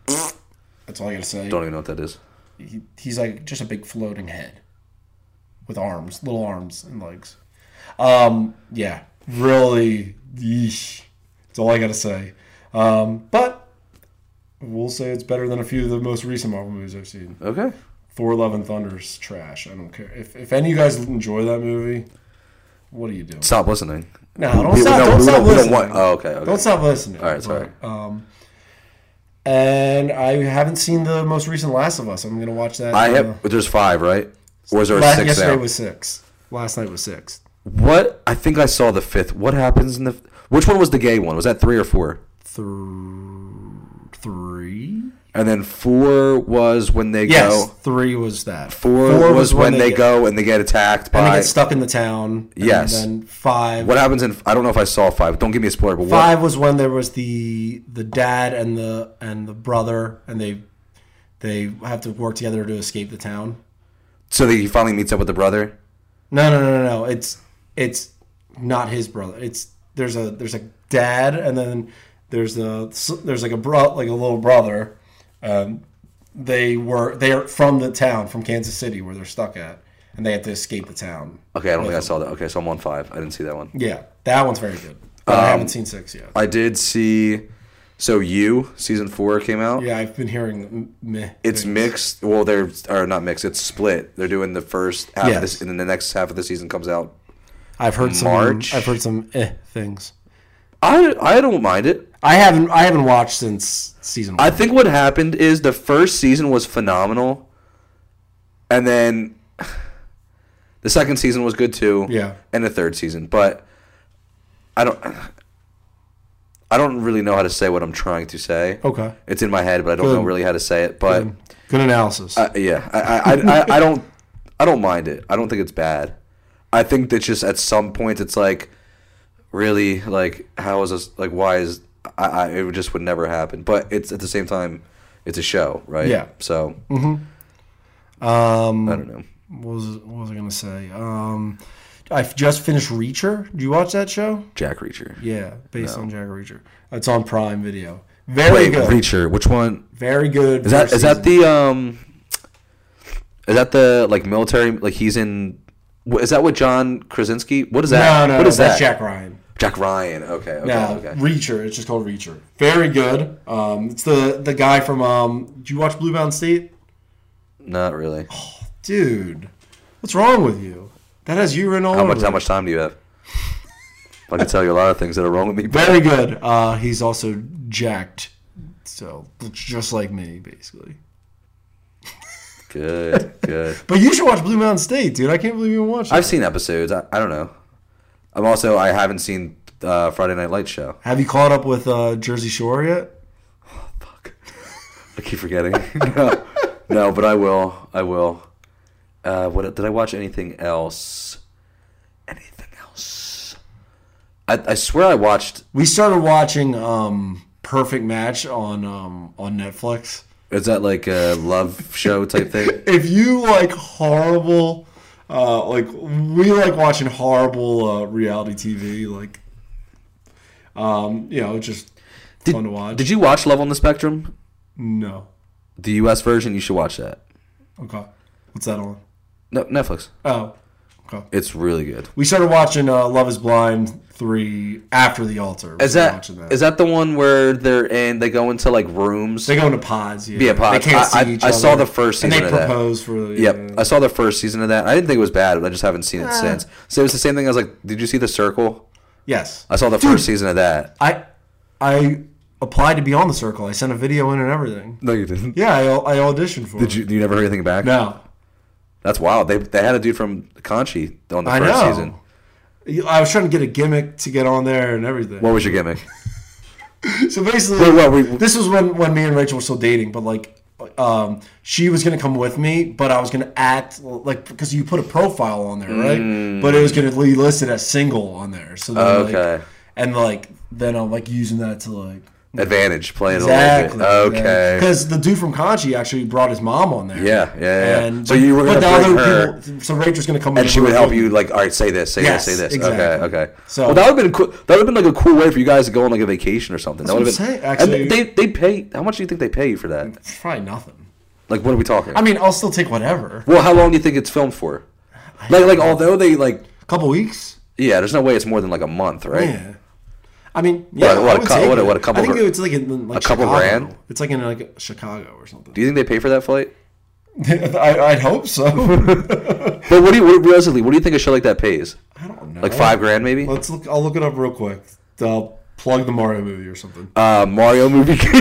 That's all I gotta say.
Don't even know what that is.
He, he's like just a big floating head with arms, little arms and legs. Um, yeah, really. Yeesh. That's all I gotta say. Um, but we'll say it's better than a few of the most recent Marvel movies I've seen.
Okay.
Thor Love and Thunder is trash. I don't care. If, if any of you guys enjoy that movie, what are you doing?
Stop listening.
No, don't
We-
stop.
no,
don't
we
stop
we
listening.
want- oh, okay. okay.
Don't stop listening.
All right, sorry.
But, Um, and I haven't seen the most recent Last of Us. I'm gonna watch that.
I
uh,
have. There's five, right? Or is there a
last,
six
yesterday
now?
was six. Last night was six.
What? I think I saw the fifth. What happens in the? Which one was the gay one? Was that three or four?
Thr- three.
And then four was when they
Yes,
go.
three was that.
Four, was, when, they,
get-
go and they get attacked
And they
by.
get stuck in the town. and
Yes.
then five.
What happens in? I don't know if I saw five. Don't give me a spoiler. But
Five was when there was the the dad and the and the brother, and they they have to work together to escape the town.
what? So he finally meets up with the brother.
No, no, no, no, no. It's it's not his brother. It's there's a there's a dad, and then there's a there's like a bro like a little brother. Um, they were they're from the town from Kansas City where they're stuck at, and they have to escape the town.
Okay, I don't think I saw that. Okay, so I'm on five. I didn't see that one.
Yeah, that one's very good.
Um,
But I haven't seen six yet.
I did see. So you season four came out.
Yeah, I've been hearing the meh.
It's
thing.
mixed. Well, they're or not mixed. It's split. They're doing the first half
Yes.
of this, and then the next half of the season comes out.
I've heard some.
March.
I've heard some eh things.
I I don't mind it.
I haven't I haven't watched since season one.
I think what happened is the first season was phenomenal, and then <sighs> the second season was good too.
Yeah.
and the third season, but I don't. I don't really know how to say what I'm trying to say.
okay.
It's in my head, but I don't know
Good.
really how to say it. But
Good analysis.
Uh, yeah, I, I, I, I- I don't, I don't mind it. I don't think it's bad. I think that just at some point it's like, really, like how is this? Like why is I? I it would- just would never happen. But it's at the same time, it's a show, right?
Yeah.
So
um
I don't know.
what was what was I gonna say? Um I just finished Reacher. Do you watch that show?
Jack Reacher.
Yeah, based on Jack Reacher. It's on Prime Video. Very
Wait,
good.
Reacher. Which one
Very good.
is that? Is that the um? Is that the like military? Like he's in. wh- Is that what John Krasinski? What is
No,
that?
no,
what is
that's
that?
Jack Ryan.
Jack Ryan. Okay. Okay.
No,
Okay.
Reacher. It's just called Reacher. Very good. Um, it's the the guy from. Um, do you watch Blue Bound State?
Not really.
Dude, what's wrong with you? That has you written all
How
over
much? How
it.
much time do you have? I can tell you a lot of things that are wrong with me. But
Very good. Uh, he's also jacked, so looks just like me, basically.
good, good.
But you should watch Blue Mountain State, dude. I can't believe you watched it.
I've seen episodes. I, I don't know. I'm also. I haven't seen uh, Friday Night Light show.
Have you caught up with uh, Jersey Shore yet?
Fuck. I keep forgetting. <laughs> no, no, but I will. I will. Uh, what did I watch? Anything else? Anything else? I, I swear I watched.
We started watching um, Perfect Match on um, on Netflix.
Is that like a love show type <laughs> thing?
If you like horrible, uh, like we like watching horrible uh, reality TV, like um, you know, it's just fun to watch.
Did you watch Love on the Spectrum?
no,
The U.S. version. You should watch that.
okay, what's that on?
No, Netflix.
Oh, okay.
It's really good.
We started watching uh, Love Is Blind three after the altar.
Is
We were
that
watching
is that the one where they're in? They go into like rooms.
they go into pods? Yeah,
Yeah, pods.
They can't
I-
see
I-
each
I
other.
saw the first
and
season
they
of that.
propose for. The,
Yep, I saw the first season of that. I didn't think it was bad, but I just haven't seen it
Ah.
since. So it was the same thing. I was like, "Did you see the Circle?"
Yes.
I saw the
Dude.
first season of that.
I I applied to be on the circle. I sent a video in and everything.
No, you didn't.
Yeah, I, I auditioned for
Did
it.
you? You never heard anything back?
No.
That's wild. They they had a dude from Conchi on the
I
first
know.
season.
I was trying to get a gimmick to get on there and everything.
What was your gimmick?
so basically,
Wait, what, we-
this was when, when me and Rachel were still dating, but like, um, she was gonna come with me, but I was gonna act like because you put a profile on there, right?
Mm.
But it was gonna be listed as single on there. So then, like,
Okay.
and like then I'm like using that to like
Advantage playing
exactly
a little bit. Okay.
because the dude from Conchi actually brought his mom on there.
Yeah, yeah, yeah.
And,
So you were
but
gonna
the
bring
other
her-
people- So Rachel's gonna come
and she would help you like all right say this say
Yes,
this say this
exactly.
okay okay
So-
so well, that would have been cool that would have been like a cool way for you guys to go on like a vacation or something that would
That's
have been
what I'm saying,
and
actually.
they they pay how much do you think they pay you for that
Probably nothing.
like what are we talking
I mean, I'll still take whatever.
well how long do you think it's filmed for like like although they like
A couple weeks.
yeah there's no way it's more than like a month right
Yeah. I mean, yeah,
What- what
I
a
would
cou-
take
what a-
it.
what a
I
couple
think
gr-
it's like in like
a couple
Chicago.
grand?
It's like in like Chicago or something.
<laughs> do you think they pay for that flight
I, I'd hope <laughs> so.
but what do you what, realistically what do you think a show like that pays
I don't know.
like five grand maybe
Let's look. I'll look it up real quick. I'll plug the Mario movie or something.
uh Mario movie <laughs>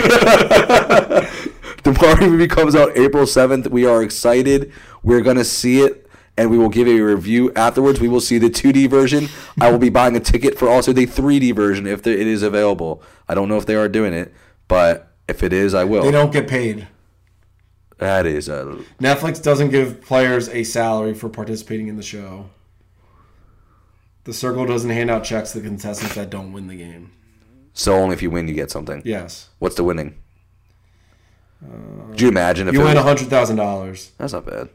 the Mario movie comes out April seventh we are excited we're gonna see it and we will give a review afterwards we will see the 2D version
<laughs>
I will be buying a ticket for also the 3D version if there, it is available I don't know if they are doing it but if it is I
They
will
don't get paid.
that is uh,
Netflix doesn't give players a salary for participating in the show. The circle doesn't hand out checks to contestants that don't win the game.
so only if you win you get something
Yes,
what's the winning do you imagine
Uh,
if
you
it
win
was-
hundred thousand dollars.
that's not bad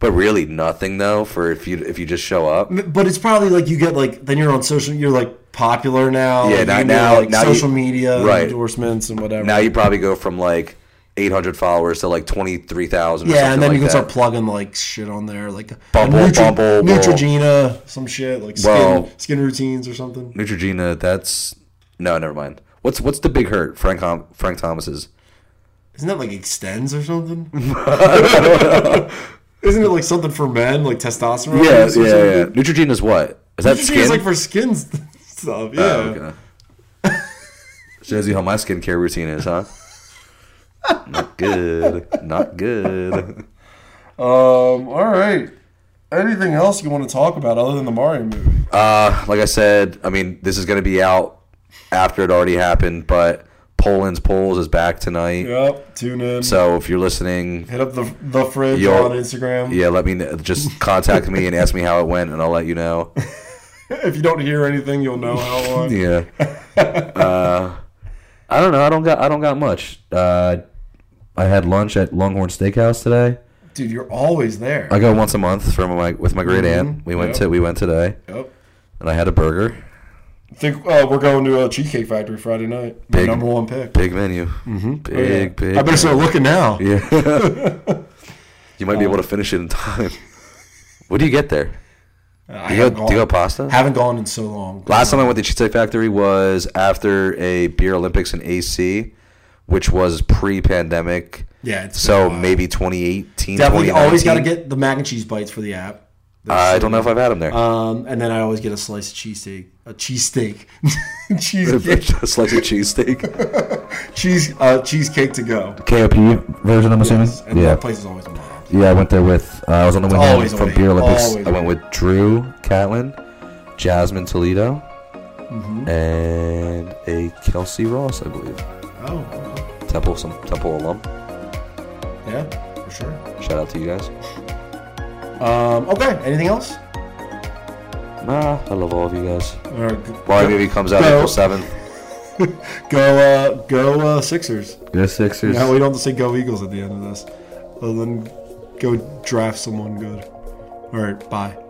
but really nothing though for if you if you just show up
But it's probably like you get like then you're on social. You're like popular now.
Yeah,
you
now-
can do,
now-
like
now you-
social media
right.
endorsements and whatever.
Now you probably go from like 800 followers to like 23,000.
yeah, and then you
like
can
that.
start plugging like shit on there, like a
Bumble, Bumble, Bumble.
Neutrogena, some shit like skin,
Well-
skin routines or something.
Neutrogena. That's no, never mind. What's what's the big hurt? Frank Hom- Frank Thomas's.
Isn't that like extends or
<laughs>
something? Isn't it like something for men, like testosterone?
Yeah,
use
yeah,
or something?
yeah. Neutrogena's what? Is that
Neutrogena's,
skin?
like for skin st- <laughs> stuff. Yeah.
Oh, okay.
<laughs>
Shows you how my skincare routine is, huh? Not good. Not good.
Um. All right. Anything else you want to talk about other than the Mario movie?
Uh, like I said, I mean, this is gonna be out after it already happened, but Poland's polls is back tonight.
Yep. Tune in.
So if you're listening,
Hit up the the fridge
Yo.
on Instagram.
Yeah, let me kn-
<laughs>
just contact me and ask me how it went, and I'll let you know.
<laughs> If you don't hear anything, you'll know how
<laughs>
long.
Yeah. Uh, I don't know. I don't got. I don't got much. Uh, I had lunch at Longhorn Steakhouse today.
Dude, you're always there.
I go once a month from my with my great aunt. We
Mm-hmm.
went
Yep.
to we went today,
Yep.
and I had a burger.
Think uh, we're going to a Cheesecake Factory Friday night. My
Big-
number one pick. Oh,
Big menu. Mm-hmm. Big big.
I better start looking now.
Yeah.
<laughs>
you might be able to
Uh,
finish it in time. What do you get there?
I
Do you
haven't
go, do you go
gone,
pasta?
haven't gone in so long.
Last time I went to Cheesecake Factory was after a Beer Olympics in AC, which was pre-pandemic.
Yeah, it's been a
So
while.
maybe 2018.
Definitely always got to
2019.
get the mac and cheese bites for the app.
Uh, I don't know if I've had them <laughs> there.
Um, and then I always get a slice of cheesesteak. A cheesesteak. <laughs> cheesecake.
A slice of <laughs> cheesesteak.
cheese, uh, cheesecake to go.
KOP version, I'm assuming.
And that place is always wild.
yeah. I went there with. Uh, I was on the way home
always
from
away.
Beer Olympics.
Always
I went with Drew Catlin, Jasmine Toledo,
Mm-hmm.
and a Kelsey Ross, I believe.
Oh,
Temple, some Temple alum.
yeah, for sure.
Shout out to you guys.
Um, okay, anything else?
Nah, I love all of you guys.
Or g-
Mario movie comes out
Go.
April seventh.
Go, uh, go uh, Sixers.
Go Sixers.
Now we don't have to say go Eagles at the end of this. Other than go draft someone good. All right, bye.